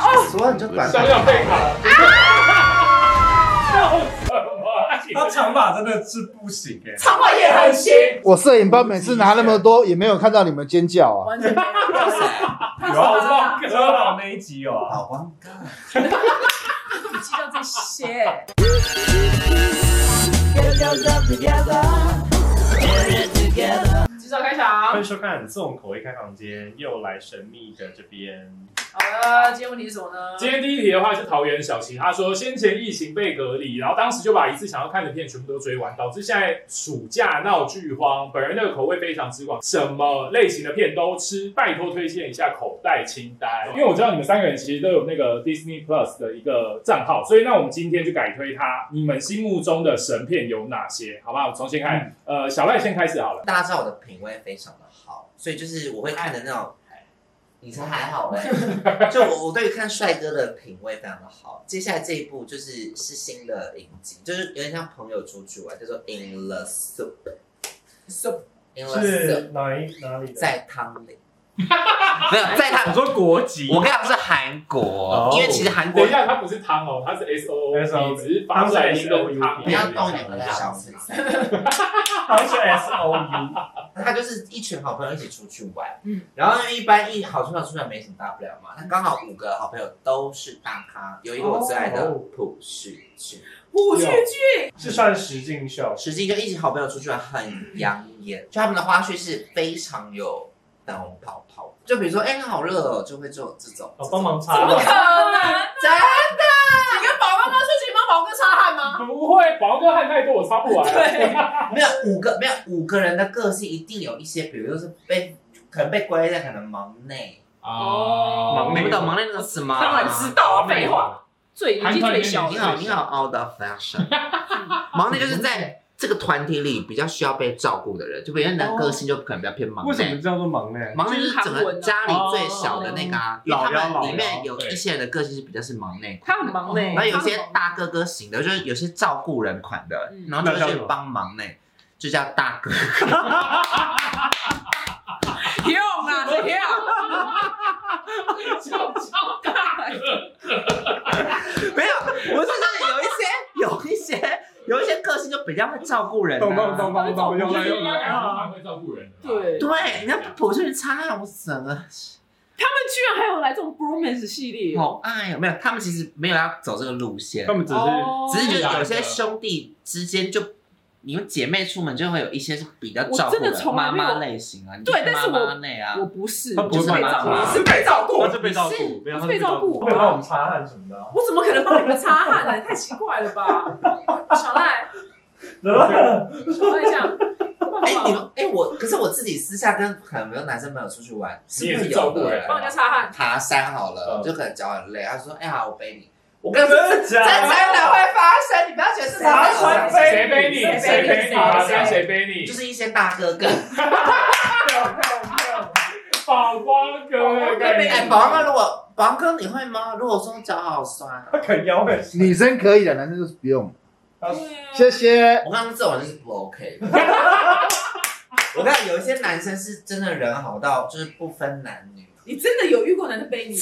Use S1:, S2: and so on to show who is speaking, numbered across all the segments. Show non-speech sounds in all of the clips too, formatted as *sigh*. S1: 哦
S2: 十万就百
S3: 香料被砍了，笑什么？而 *laughs* 且
S4: 他长发真的是不行
S3: 欸
S4: 哎、
S1: 长发也很行，
S2: 我摄影班每次拿那么多，也没有看到你们尖叫啊！
S1: 完全没有。
S4: 有啊，
S3: 我
S4: 我
S3: 知道
S4: 知道那一集有啊。
S2: 老王，
S1: 你知道这些？举手开
S4: 欢
S1: 场
S4: 迎。收看这种口味开房间，又来神秘的这边。
S1: 好了，今天问题是什么呢？
S3: 今天第一题的话是桃园小琪，他说先前疫情被隔离，然后当时就把一次想要看的片全部都追完，导致现在暑假闹剧荒。本人的口味非常之广，什么类型的片都吃，拜托推荐一下口袋清单。因为我知道你们三个人其实都有那个 Disney Plus 的一个账号，所以那我们今天就改推它。你们心目中的神片有哪些？好不好？我从先看，呃，小赖先开始好了。
S5: 大家知道我的品味非常的好，所以就是我会看的那种，哎你才还好嘞、 *laughs* 就我我对于看帅哥的品味非常的好。接下来这一部就是是新的影集，就是有点像朋友出去玩，叫做 In the Soup，In the Soup，
S4: 是哪一哪里的？
S5: 在汤里，没 *laughs* 有在汤
S4: 我。说国籍，
S5: 我跟你讲是韩国
S4: 哦，
S5: 因为其实韩国
S3: *laughs* 等一下，它不是汤哦，它是 S O O
S4: SOOP
S3: P，只是发出来的音都是汤。
S5: 不要动你们的小思想。
S4: 好像是 S O U。
S5: 他就是一群好朋友一起出去玩，
S1: 嗯
S5: 嗯，然后因为一般一好朋友出去玩没什么大不了嘛，那刚好五个好朋友都是大咖，有一个我最爱的
S4: 哦
S5: 朴叙俊，
S1: 舞剧剧
S4: 是算实境秀，
S5: 实际就一群好朋友出去玩很养眼，就他们的花絮是非常有粉红泡泡，就比如说哎、好热哦，就会做这种，
S4: 哦，帮忙
S1: 怎
S4: 擦
S1: 么
S4: 汗
S1: 可。能？
S5: 这种
S1: 你跟宝妈妈说去帮宝哥擦汗吗？
S3: 不会，宝哥汗太多，我擦不完。
S4: *laughs*
S1: 对，
S5: 没有五个没有五个人的个性一定有一些，比如说是被可能被归类在可能忙内，
S3: 哦，
S4: 啊忙
S5: 你
S4: 内
S5: 们懂忙内那个词吗？
S1: 当然知道啊，废话，最已经最小
S5: 你
S1: 了。
S5: 好，你好，out of fashion。忙内就是在这个团体里比较需要被照顾的人，就别人的个性就可能比较偏忙
S4: 为什么
S5: 内。
S4: 叫做忙呢？
S5: 忙内就是整个家里最小的那个啊，因为
S4: 老幺
S5: 他
S4: 老
S5: 们
S4: 幺
S5: 里面有一些人的个性是比较是忙内，
S1: 他很忙嘞，
S5: 然后有一些
S1: 他
S5: 大哥哥型的，就是有些照顾人款的
S1: 嗯，
S5: 然后就会去帮忙内，就叫大哥。
S1: 很忙用啊，这样
S3: 超超
S1: 大
S5: 没有， *laughs* 我是说有一些有一些有一些个性就比较会照顾人啊。
S4: 懂懂懂懂懂，用来用来啊！
S3: 蛮会照顾人的。
S1: 对
S5: 对，你看朴顺差，我整
S1: 他
S5: 个
S1: 们居然还有来这种 bromance 系列，
S5: 好爱哦哎呀！没有，他们其实没有要走这个路线
S4: 他，们只是
S1: 哦
S5: 只是就是有些兄弟之间就，你们姐妹出门就会有一些是比较照顾
S1: 我真的从来
S5: 妈
S1: 没有
S5: 妈类型啊，你
S1: 对
S5: 就是
S1: 但是我
S5: 妈妈类啊
S1: 我。不是，
S4: 他
S1: 我
S4: 不
S1: 就是
S4: 妈
S1: 被
S4: 妈
S1: 照顾，
S4: 啊
S1: 我是被照顾
S4: 他，是被照顾，没有他是
S1: 我
S4: 会
S1: 是被照顾
S4: 帮我们擦汗什么的啊。
S1: 我怎么可能帮你们擦汗呢？太奇怪了吧！小赖，小赖这样，
S5: 哎，你
S1: 帮
S5: 们哎，我可是我自己私下跟很多男生朋友出去玩，
S3: 你也
S5: 是
S3: 是照顾
S5: 有的
S3: 人啊
S1: 人家擦汗，
S5: 爬山好了，
S3: 嗯
S5: 就可能脚很累，他说：“哎呀，我背你。”我跟你说，
S4: 真的假
S5: 这
S4: 的？
S5: 哎才哪会发生？你不要觉得是
S4: 哪
S5: 哪
S4: 会发生
S5: 会
S3: 谁背你？谁背你？爬山谁背你？
S5: 就是一些大哥哥。
S3: 宝光哥的概
S5: 哎，
S3: 念。
S5: 宝哥，如果宝哥你会吗？如果说脚好酸啊，
S4: 他啃腰会死。
S2: 女生可以的，男生就是不用。
S1: 对
S2: 谢
S1: 啊，
S2: 谢。
S5: 我刚刚这种人是不 OK *laughs* 的。我看有一些男生是真的人好到就是不分男女，
S1: 你真的有遇过男生背你？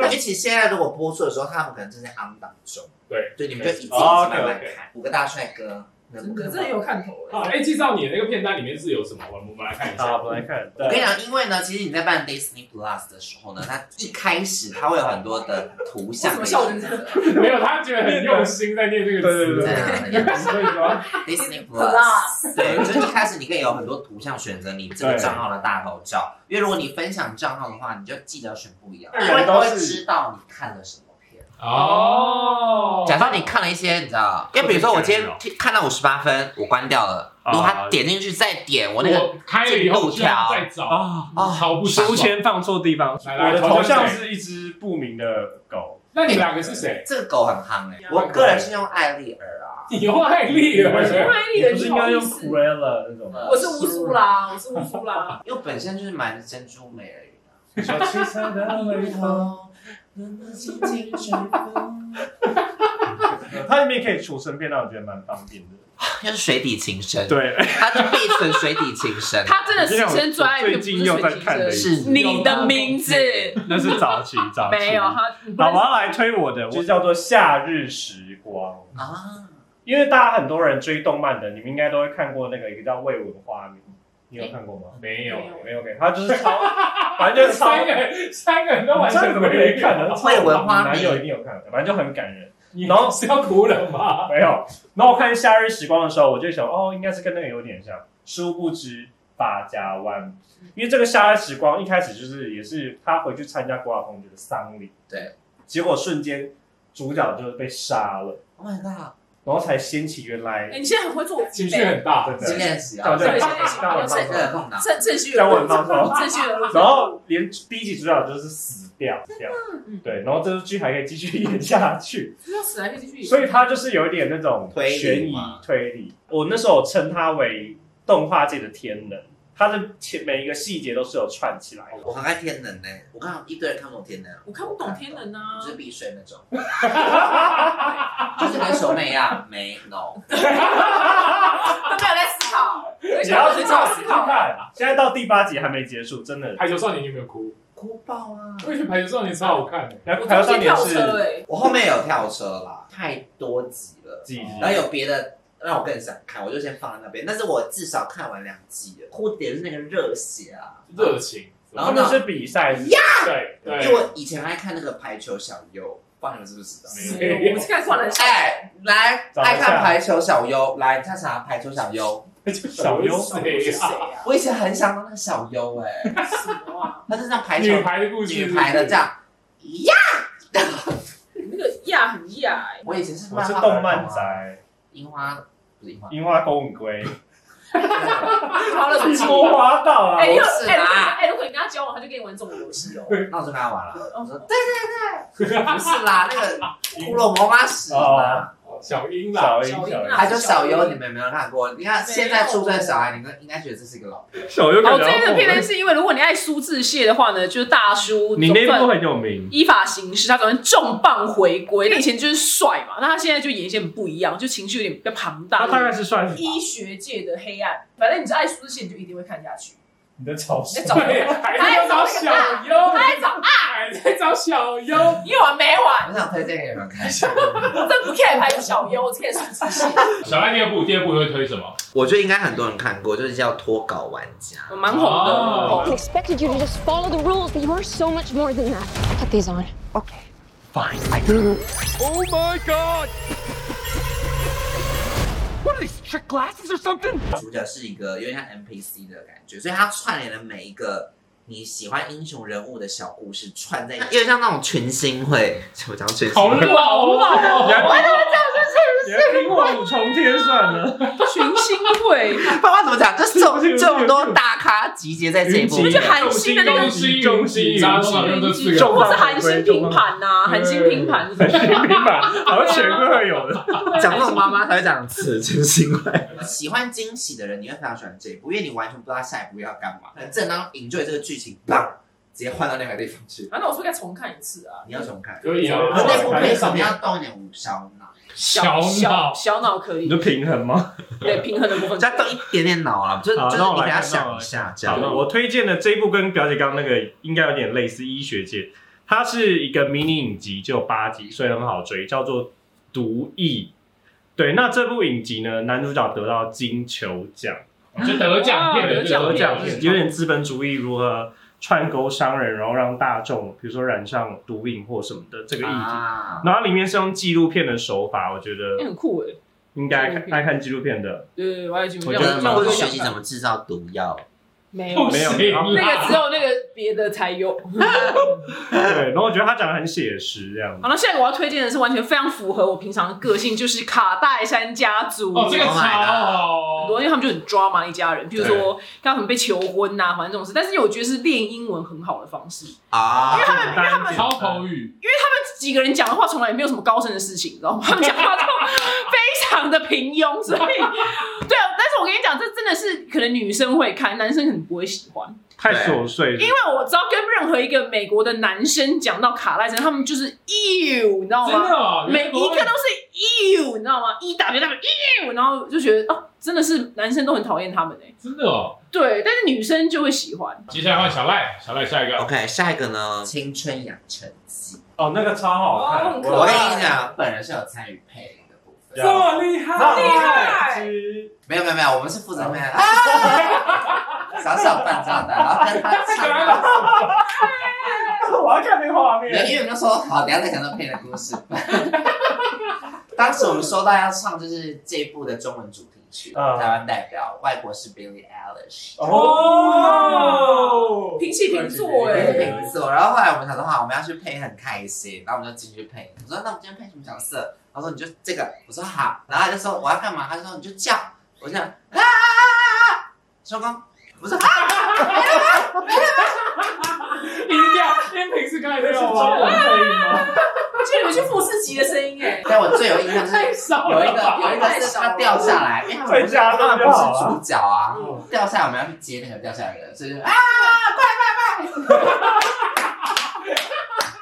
S5: 尤其现在如果播出的时候，他们可能正在昂当中。
S3: 对
S5: 对，你们就一集一集
S4: 哦
S5: 慢慢
S4: ，OK，OK
S5: 看。五个大帅哥，能
S1: 真
S5: 不
S1: 的
S5: 能？
S1: 真的有看头
S3: 好，
S1: *laughs* 哎！
S3: 哎，介绍你那个片段里面是有什么？我们来看一
S4: 好，
S3: 下。
S4: 我们来看。
S5: 我跟你
S4: 对，
S5: 讲，因为呢，其实你在办 Disney Plus 的时候呢，它一开始它会有很多的图像
S1: 为
S5: 的
S1: 什么笑
S5: 选择，
S3: 没有，他觉得很用心在念这个词。
S4: 对
S5: 对
S4: 对
S5: 啊
S4: 所以说，
S1: *laughs*
S5: Disney
S1: Plus
S5: Plus，对，就是一开始你可以有很多图像选择你这个账号的大头照，因为如果你分享账号的话，你就记得要选不一样，
S4: 那
S5: 因
S4: 有
S5: 为
S4: 的
S5: 他
S4: 都
S5: 会
S4: 是
S5: 知道你看了什么片。
S3: 哦。
S5: 假设你看了一些，你知道，因为比如说我今天听看到五十八分，我关掉了，
S4: 哦啊
S5: 如果他点进去再点我那个
S3: 我开了以后，再找，
S4: 啊，
S3: 超不
S4: 书签放错地方。
S3: 来来
S4: 我的头哎像是一只不明的狗，
S3: 那你们两个是谁？
S5: 这个狗很夯哎、我个人是用艾丽儿啊，
S3: 你用艾丽
S1: 不
S3: 儿，
S1: 然你
S4: 你
S1: 的
S4: 不是应该用 Cruella 那种 *laughs* 吗？
S1: 我是乌苏啦，我是乌苏
S5: *laughs*
S1: 啦。
S5: 因为本身就是蛮珍珠美人鱼的。
S4: 小七彩的微风，
S5: 暖暖心情吹风
S4: 面它里面可以储存便当，我觉得蛮方便的。
S5: 又是水底情深，
S4: 对，
S5: 他就必存水底情深。
S1: 他 *laughs* 真的是先专爱片，
S4: 最近又在看
S1: 的
S4: 了一
S5: 是
S4: 次，
S1: 你的名字
S4: 那是早期早期。
S1: 没有
S4: 好，
S1: 他，
S4: 我要来推我的，我就叫做《夏日时光》。
S5: *laughs* 啊，
S4: 因为大家很多人追动漫的，你们应该都会看过那个一个叫《未闻花名》，你有看过吗？
S3: 没有，
S4: 没有给，他就是超，反正就是超
S3: 三个人三个人都完
S4: 这
S3: 全
S4: 个没看的，
S5: 未闻花名
S4: 男友一定有看的，反正就很感人。
S3: 你然后是要哭了
S4: *laughs*
S3: 吗？
S4: 没有，然后我看《夏日时光》的时候，我就想，哦，应该是跟那个有点像，殊不知八家湾。因为这个《夏日时光》一开始就是也是他回去参加郭晓同学的丧礼，
S5: 对，
S4: 结果瞬间主角就被杀了，
S5: ，Oh my god，
S4: 然后才掀起原来
S1: 哎，你现在很会做
S3: 情绪很大，
S4: 真的
S5: 今天洗
S4: 对
S5: 啊，
S4: 对
S1: 对
S5: 这
S4: 让我
S1: 对
S4: 放松
S1: 对。
S5: 个空档，
S1: 正正序
S4: 让我很放松
S1: 正序人物，
S4: 然后连第一集主角就是死掉，这样
S1: 嗯
S4: 对，然后这部剧还可以继续 *laughs* 演下去，
S1: 要死还可以继续演，
S4: 所以它就是有一点那种
S5: 推理
S4: 悬疑
S5: 嘛
S4: 推理。我那时候称它为动画界的天能，它的前每一个细节都是有串起来的。
S5: 我很爱天能呢，我看到一堆人看不懂天 *laughs* 能，
S1: 我看不懂天能啊
S5: 就，是必睡那种，就是跟手美一样，没 no，
S1: *laughs* 他没有在思考，
S4: 你要去
S1: 去
S4: 看，
S1: 思
S4: 去
S1: 考。
S4: 看。现在到第八集还没结束，真的。
S3: 排球少年你有没有哭？
S5: 哭爆啊！
S3: 我觉得排球少年超好看的，
S4: 然后
S1: 我
S4: 还有
S1: 中
S4: 上
S1: 间
S4: 年
S1: 跳
S4: 是
S1: 车
S4: *laughs*
S1: 哎，
S5: 我后面有跳车啦，太多集了，
S4: 几集？
S5: 然后有别的让我更想看，我就先放在那边。但是我至少看完两季了，蝴蝶是那个热血啊，
S3: 热情。
S5: 然
S4: 他
S5: 后
S4: 们
S5: 呢
S4: 是比赛，
S3: 对
S5: 因
S3: 对
S5: 为，我以前爱看那个排球小优，不知道你们知不知道？
S1: 没有哎我们是看灌篮高手
S4: 啊
S5: 哎，来，
S4: 找一下
S5: 爱看排球小优，来，他查排球小优。
S4: 小优
S3: 谁
S1: 谁
S3: 啊？
S1: 啊？
S5: 我以前很想当那个小优哎、
S1: *laughs* 什么啊？
S5: 他就这样排球
S3: 女排的故事，
S5: 女排的这。样呀。
S1: 你那个亚很亚
S4: *laughs*
S1: 哎，
S5: 我以前是
S4: 我
S5: 漫
S4: 是
S5: 画
S4: 动漫
S5: 儿童啊，
S4: 宅，
S5: 樱花不是樱花，
S4: 樱花公子龟，
S1: 好了，
S4: 樱花到啊！
S1: 哎，如
S5: 呦不
S1: 果
S5: 是
S1: 哎如果
S5: 啦
S1: 哎，如果你跟他交往，他就跟你玩这种游戏哦。
S5: 那我就跟他玩了。我
S1: 哦
S5: 说对对对，不是啦，那个骷髅魔法使
S4: 哦
S5: 嘛，
S3: 小樱啦，
S4: 小樱，小樱
S1: 小樱，啊
S5: 还叫小优，你们有没有看过？你看现在出生的小孩，你们应该觉得这是一个老片。
S4: 小优
S1: 哦，
S4: 感觉
S1: 这
S4: 要
S1: 边的
S4: 红
S1: 片
S4: 了
S1: 单是因为如果你爱苏志燮的话呢，就是大叔
S4: 你
S1: 中
S4: 那部
S1: 段
S4: 很有名，
S1: 依法行事，他昨天重磅回归。他以前就是帅嘛，那他现在就演一些很不一样，就情绪有点比较庞大。
S4: 他大概是算是
S1: 医学界的黑暗，反正你是爱苏志燮，你就一定会看下
S3: *laughs*
S1: 去。
S4: 你的草
S1: 你在
S4: 食。
S1: 找
S3: 对，还在找小优，
S1: 他在找啊
S3: 还在找小优，
S1: 你有完没完？
S5: 我想推荐给你们看一下，
S1: 我真不 care 拍小优，我 care 苏志燮，
S6: 小爱第二部，第二部会推什么？
S5: 我觉得应该很多人看过，就是叫《脱稿玩家》。
S1: 我蛮红的。
S3: 哦
S7: I expected you to just follow the rules, but you are so much more than that. Put these on.
S5: 主角是一个有点像 NPC 的感觉，所以他串联了每一个你喜欢英雄人物的小故事串在一起，有点像那种群星会，我讲群星
S3: 好
S5: 会，
S3: 老
S4: 你
S3: 哦，
S4: 还凭你还凭我五重天算了，
S1: 群星会，
S5: 不知道哎怎么讲，就是这种这么多大咖集结在这一部
S1: 你们
S5: 分
S1: 去，
S4: 嗯
S1: 韩星的那
S3: 中
S1: 个，
S3: 心中心，大家通常用这四个。
S1: 或是韩星拼盘呐，韩星拼盘是什么？
S4: 明白？好像全部会有的。
S5: 讲这种妈妈才会讲此群星会。喜欢惊喜的人，你会非常喜欢这一部，因为你完全不知道下一步要干嘛。正当 enjoy 这个剧情，棒，直接换到另外一个地方去。
S1: 啊，那我说该重看一次啊。
S5: 你要怎么看？
S3: 可以啊，
S5: 那部配什么要动一点无烧脑？
S3: 小
S1: 小
S3: 脑
S1: 小脑可以
S4: 你，就平衡吗？
S1: 对平衡的部分。
S5: 再动一点点脑了，啊就是
S4: 好
S5: 就是
S4: 那我
S5: 你给
S4: 来
S5: 他
S4: 看那我
S5: 想一
S4: 来
S5: 下，这
S4: 好，
S5: 样
S4: 那我推荐的这一部跟表姐刚刚那个应该有点类似，医学界，它是一个迷你影集，就有八集，所以很好追，叫做《毒液》。对，那这部影集呢，男主角得到金球奖。
S6: 就得奖片
S1: 哦
S6: 的
S1: 得奖
S6: 得奖
S1: 片
S6: 片，
S4: 有点资本主义如何串钩商人，然后让大众，比如说染上毒瘾或什么的这个议题。
S5: 啊，
S4: 然后里面是用纪录片的手法，我觉
S1: 哎
S4: 得
S1: 很酷哎，
S4: 应
S1: 纪
S4: 该
S1: 录
S4: 看
S1: 片
S4: 爱看纪录片的。
S1: 对对，我也觉
S5: 我觉得
S1: 让
S5: 蛮
S1: 我
S5: 会
S1: 想
S5: 学习
S1: 看
S5: 怎么制造毒药。
S1: 没有
S3: 不行啊啦，
S1: 那个只有那个别的才有。 *laughs*
S4: 对，然后我觉得他讲的很写实，这样子
S1: 好，那下一个我要推荐的是完全非常符合我平常的个性，就是卡戴珊家族。
S3: 哦，这个超
S1: 很
S3: 好，
S1: 多，因为他们就很抓嘛一家人，比如说刚很被求婚呐、反正这种事。但是我觉得是练英文很好的方式，因
S5: 啊，
S4: 简单简
S3: 超
S4: 单
S3: 口语，
S1: 为几个人讲的话从来没有什么高深的事情，你知道吗？ *laughs* 他们讲话都非常的平庸，所以对啊。但是我跟你讲，这真的是可能女生会看，男生可能不会喜欢，
S8: 嗯
S4: 太琐碎了
S1: 因。为我只要跟任何一个个美国的男生讲到卡赖声，他们就是 ew，你知道
S6: 真的
S1: 吗？
S6: 哦，
S1: 每一个都是 ew，你知道吗？一打就他们 ew，然后就觉得哦，真的是男生都很讨厌他们哎、
S6: 真的哦。
S1: 对，但是女生就会喜欢。
S6: 接下来换小赖，小赖下一
S4: 嗯
S6: 个，
S5: OK，下一个呢？青春养成记，
S4: 哦，那个超好
S8: 哦
S4: 看
S8: 很，
S5: 我
S8: 可
S5: 跟
S8: 爱
S5: 你讲，本人是有参与配音的部分
S4: 这。么
S6: 厉害
S5: 好厉
S8: 害
S5: 没有没有没有，我们是负责配的。啊 *laughs* 小小半炸弹，然后跟他唱。
S4: 我要看那个画
S5: 没有，
S4: 面。
S5: 因为我们就说好，等一下再讲到配的故事。当时我们收到要唱就是这一部的中文主题曲，
S4: 嗯
S5: 台湾代表，外国是 Billie Eilish。
S4: 哦，
S8: 平起平坐
S5: 对，
S8: 哎、
S1: 欸
S5: 瓶子。然后后来我们想说，好，我们要去配很开心，然后我们就进去配。我说，那我们今天配什么角色？他说你就这个。我说好。然后他就说我要干嘛？他就说你就叫。我就啊啊啊啊啊！收工。我说啊，
S3: 音调，因为平时刚才在
S4: 哦是
S3: 说
S4: 中文配音吗？
S8: 我记得你们去富士急的声音哎、
S5: 但我最有印象就是
S3: 太少
S5: 有一
S3: 了吧
S5: 个，有一个是他掉下来，因为他们不是
S4: 在家
S5: 他
S4: 弄
S5: 们
S4: 就
S5: 不
S4: 好了
S5: 是主角啊
S3: 嗯，
S5: 掉下来我们要去接那个掉下来的人，所以就啊，快快快！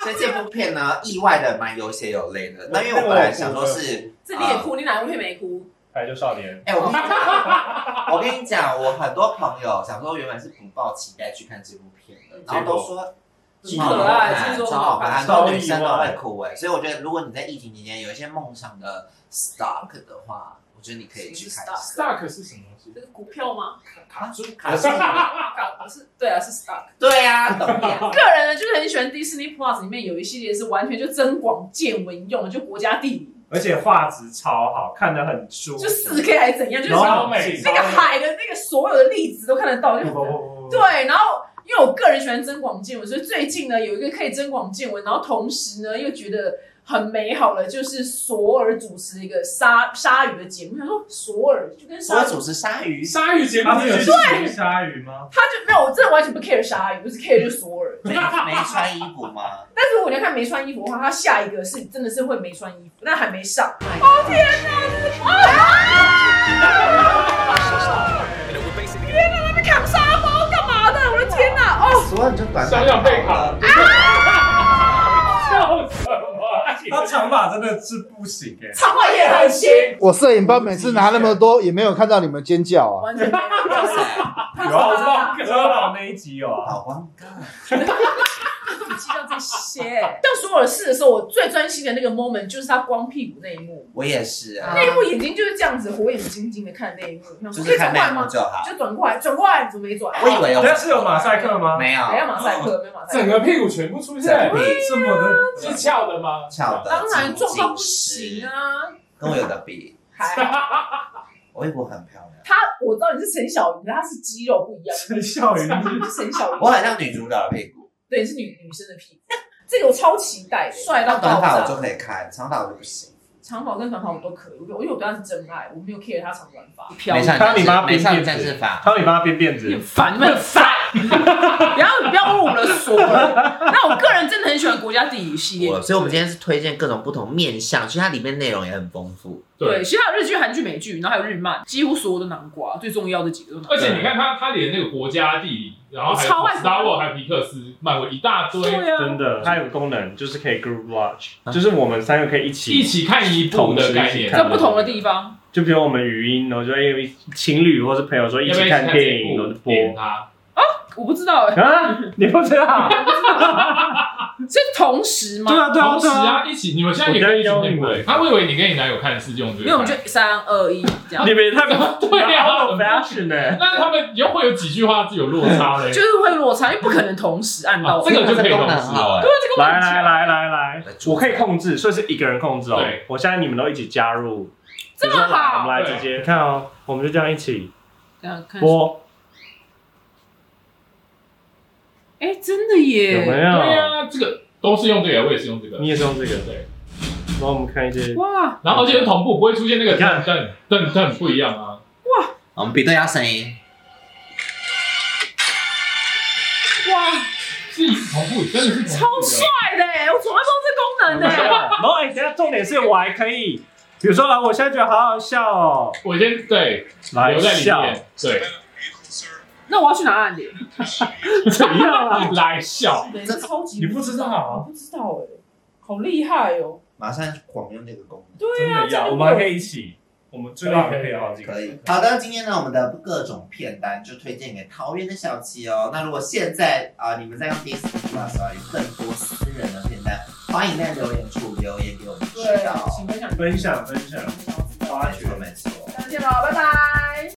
S5: 所以这部片呢，意外的蛮有血有泪的。那因为我本来想说是。
S8: 这你也哭，你哪个会没哭？
S4: 排球少年，
S5: 哎、我跟你讲，我跟你讲，我很多朋友想说原本是不抱期待去看这部片的，然后都说
S4: 结
S8: 果可爱听
S5: 超
S8: 说
S5: 哦好看，很
S4: 超
S5: 多女生
S4: 意
S5: 都
S4: 外
S5: 会哭哎、所以我觉得如果你在疫情期间有一些梦想的 stock 的话，我觉得你可以去看一下。
S3: ，Stark 是什么东西？
S8: 这是股票 *laughs* 吗？
S5: 卡住卡住，
S8: 啊是，对啊，是 stock。
S5: 对呀、啊，懂呀。
S1: 个人呢，就是很喜欢 Disney Plus 里面有一系列是完全就增广见闻用的，就国家地理，
S4: 而且画质超好，看得很舒服
S1: 就。四 K 还是怎样，就是
S4: 然
S1: 那
S4: 后美，
S1: 个海的那个所有的粒子都看得到，
S8: *laughs*
S1: 就
S8: 哦
S1: 对，然后因为我个人喜欢增广见闻，所以最近呢有一个可以增广见闻，然后同时呢又觉得很美好的，就是索尔主持的一个鲨鲨鱼的节目。他说索尔就跟
S5: 所
S8: 哦
S1: 鲨
S5: 有
S1: 鱼，
S5: 主持鲨鱼，
S3: 鲨鱼节目
S4: 他
S3: 啊这个
S4: 是
S3: 是
S4: 去吃鲨鱼吗？
S1: 他就没有，我真的完全不 care 鲨鱼，我是 care 就是索
S8: *laughs*
S1: 尔。 *laughs*
S5: 没没穿衣服吗？
S1: 但是如果你要看没穿衣服的话，他下一个是真的是会没穿衣服，但还没上。啊天哪，他们扛沙包干嘛的？我的天哪！哦，
S5: 所有人就短
S3: 想
S5: 短
S3: 想被卡
S5: 了。
S3: 笑什么？
S4: 他长发真的是不行哎、
S1: 场外也很新，
S2: 我摄影班每次拿那么多，也没有看到你们尖叫啊！
S1: 完全没有。
S5: 哇塞，
S4: 有啊，
S3: 啊
S4: 我知道那一集有啊。
S5: 好光哥，
S1: 你知道这些。 *laughs* 当所有的事的时候，我最专心的那个 moment 就是他光屁股那一幕，
S5: 我也是啊，
S1: 那一幕眼睛就是这样子火眼金睛的看那一幕，然
S5: 就
S1: 后
S5: 是
S1: 可以
S5: 看
S1: 转过来
S5: 内幕
S1: 吗？
S5: 就好。
S1: 就转过来，转过来怎么没转？
S5: 我以为有
S4: 那是有马赛克吗？
S5: 没有，
S1: 等一下马赛克，没马赛
S3: 整
S1: 克。
S3: 个屁股全部出
S5: 整
S3: 现，
S5: 体
S4: 这么的，
S3: 是翘的吗？
S5: 翘的，
S1: 当然状况不
S5: 紧
S1: 行
S5: 实，
S1: 啊，
S5: 跟我有的比，
S1: 还好
S5: 我一股很漂亮，
S1: 他我知道你是陈小鱼，他是肌肉不一样，
S4: 陈笑云
S1: 你是陈小鱼
S5: 我，很像女主角的屁股，
S1: 对，你是女女生的屁股，这个我超期待的，帅到
S5: 那短
S1: 爆
S5: 发我就
S1: 炸。
S5: 可以看，长发我就不行。
S1: 长发跟短发我都可以，我因为我对他是真爱，我没有 care 他长短发。
S5: 上
S4: 他你妈
S5: 没
S4: 变
S5: 上
S4: 辫
S5: 战士
S4: 子，
S5: 法，
S4: 他你妈变辫
S1: 你很
S4: 子，
S1: 烦，你们很烦。不要不要侮辱我们的所了。那我个人真的很喜欢国家地理系列
S5: 我，所以我们今天是推荐各种不同面向，其实它里面内容也很丰富。
S1: 对，其实还有日剧、韩剧、美剧，然后还有日漫，几乎所有的南瓜，最重要的几个都南瓜。
S6: 而且你看他，他连那个国家地理，然后还有
S1: 超爱
S6: Star Wars，还有皮克斯，漫威一大堆，
S1: 对啊，
S4: 真的，它有个功能就是可以 group watch，就是我们三个可以一
S6: 一
S4: 起，
S6: 起看一部的概念。
S1: 在不同的地方，
S4: 就比如我们语音，然后就哎情侣或是朋友说一
S6: 要不要
S4: 起
S6: 一起
S4: 看
S6: 看
S4: 电
S6: 这
S4: 影，然后
S6: 部
S4: 就？播
S6: 点它，
S1: 我不知道哎，
S4: 啊，你不知
S6: *laughs*
S4: 道？
S1: 是同时
S4: 对
S1: 吗？
S4: 啊对啊
S6: 同时
S4: 对啊，
S6: 啊，一起，你们现在也可以一起内部
S4: 我在邀你。
S6: 他会以为你跟你男友看的是用这
S1: 没有，我们
S6: 个
S1: 就
S6: 看，
S1: 三二一这样
S4: 你，们也太
S6: *laughs* 对啊
S4: out of fashion 呢。
S6: 那他们又会有几句话是有落差的
S1: 就。是会落差，因为不可能同时按到
S6: 啊。这个就可以
S5: 功
S6: 同
S5: 能
S6: 时
S5: 很好哎
S1: 对，啊这个我
S4: 来
S1: 很强
S4: 来，来来来，我可以控制，所以是一个人控制哦
S6: 对。
S4: 我现在你们都一起加入，
S1: 这么
S4: 比如说来我
S1: 好
S4: 们来直接看哦，我们就这样一起
S1: 这样看，
S4: 播，
S1: 哎，真的耶，
S4: 有没
S6: 对
S4: 有？
S6: 啊，这个都是用这个，我也是用这个
S4: 你。也是用这个，
S6: 对，
S4: 然后我们看一些，
S1: 哇，
S6: 然后而且是同步，不会出现那个
S4: 你看
S6: 噔噔噔噔不一样啊。
S5: 我们比对一下声音，
S6: 是一直同步，真的是
S1: 超帅的哎，我从来不知道这功能
S4: 对
S1: 哎。
S4: 啊然后哎，等一下重点是我还可以，比如说啊，我现在觉得好好笑哦，
S6: 我先对
S4: 来
S6: 留在里
S4: 笑，
S6: 面，对，
S1: 那我要去哪按铃？
S4: *laughs* 怎样啊？
S6: 来
S1: *laughs*
S6: 笑，
S1: 对超级
S6: 你不知道啊
S1: 我不知道哎、好厉害哦！
S5: 马上狂用这个功能。
S1: 对
S4: 真
S1: 啊，
S4: 的要，我们还可以一起，我们最后还可以好几个
S5: 可以，好的，今天呢，我们的各种片单就推荐给桃园的小七哦。那如果现在啊、你们在用 Disney Plus 啊，有更多私人的片单，欢迎在留言处留言给我们知
S1: 对啊
S5: 道，。
S1: 请分享。
S4: 分享分享。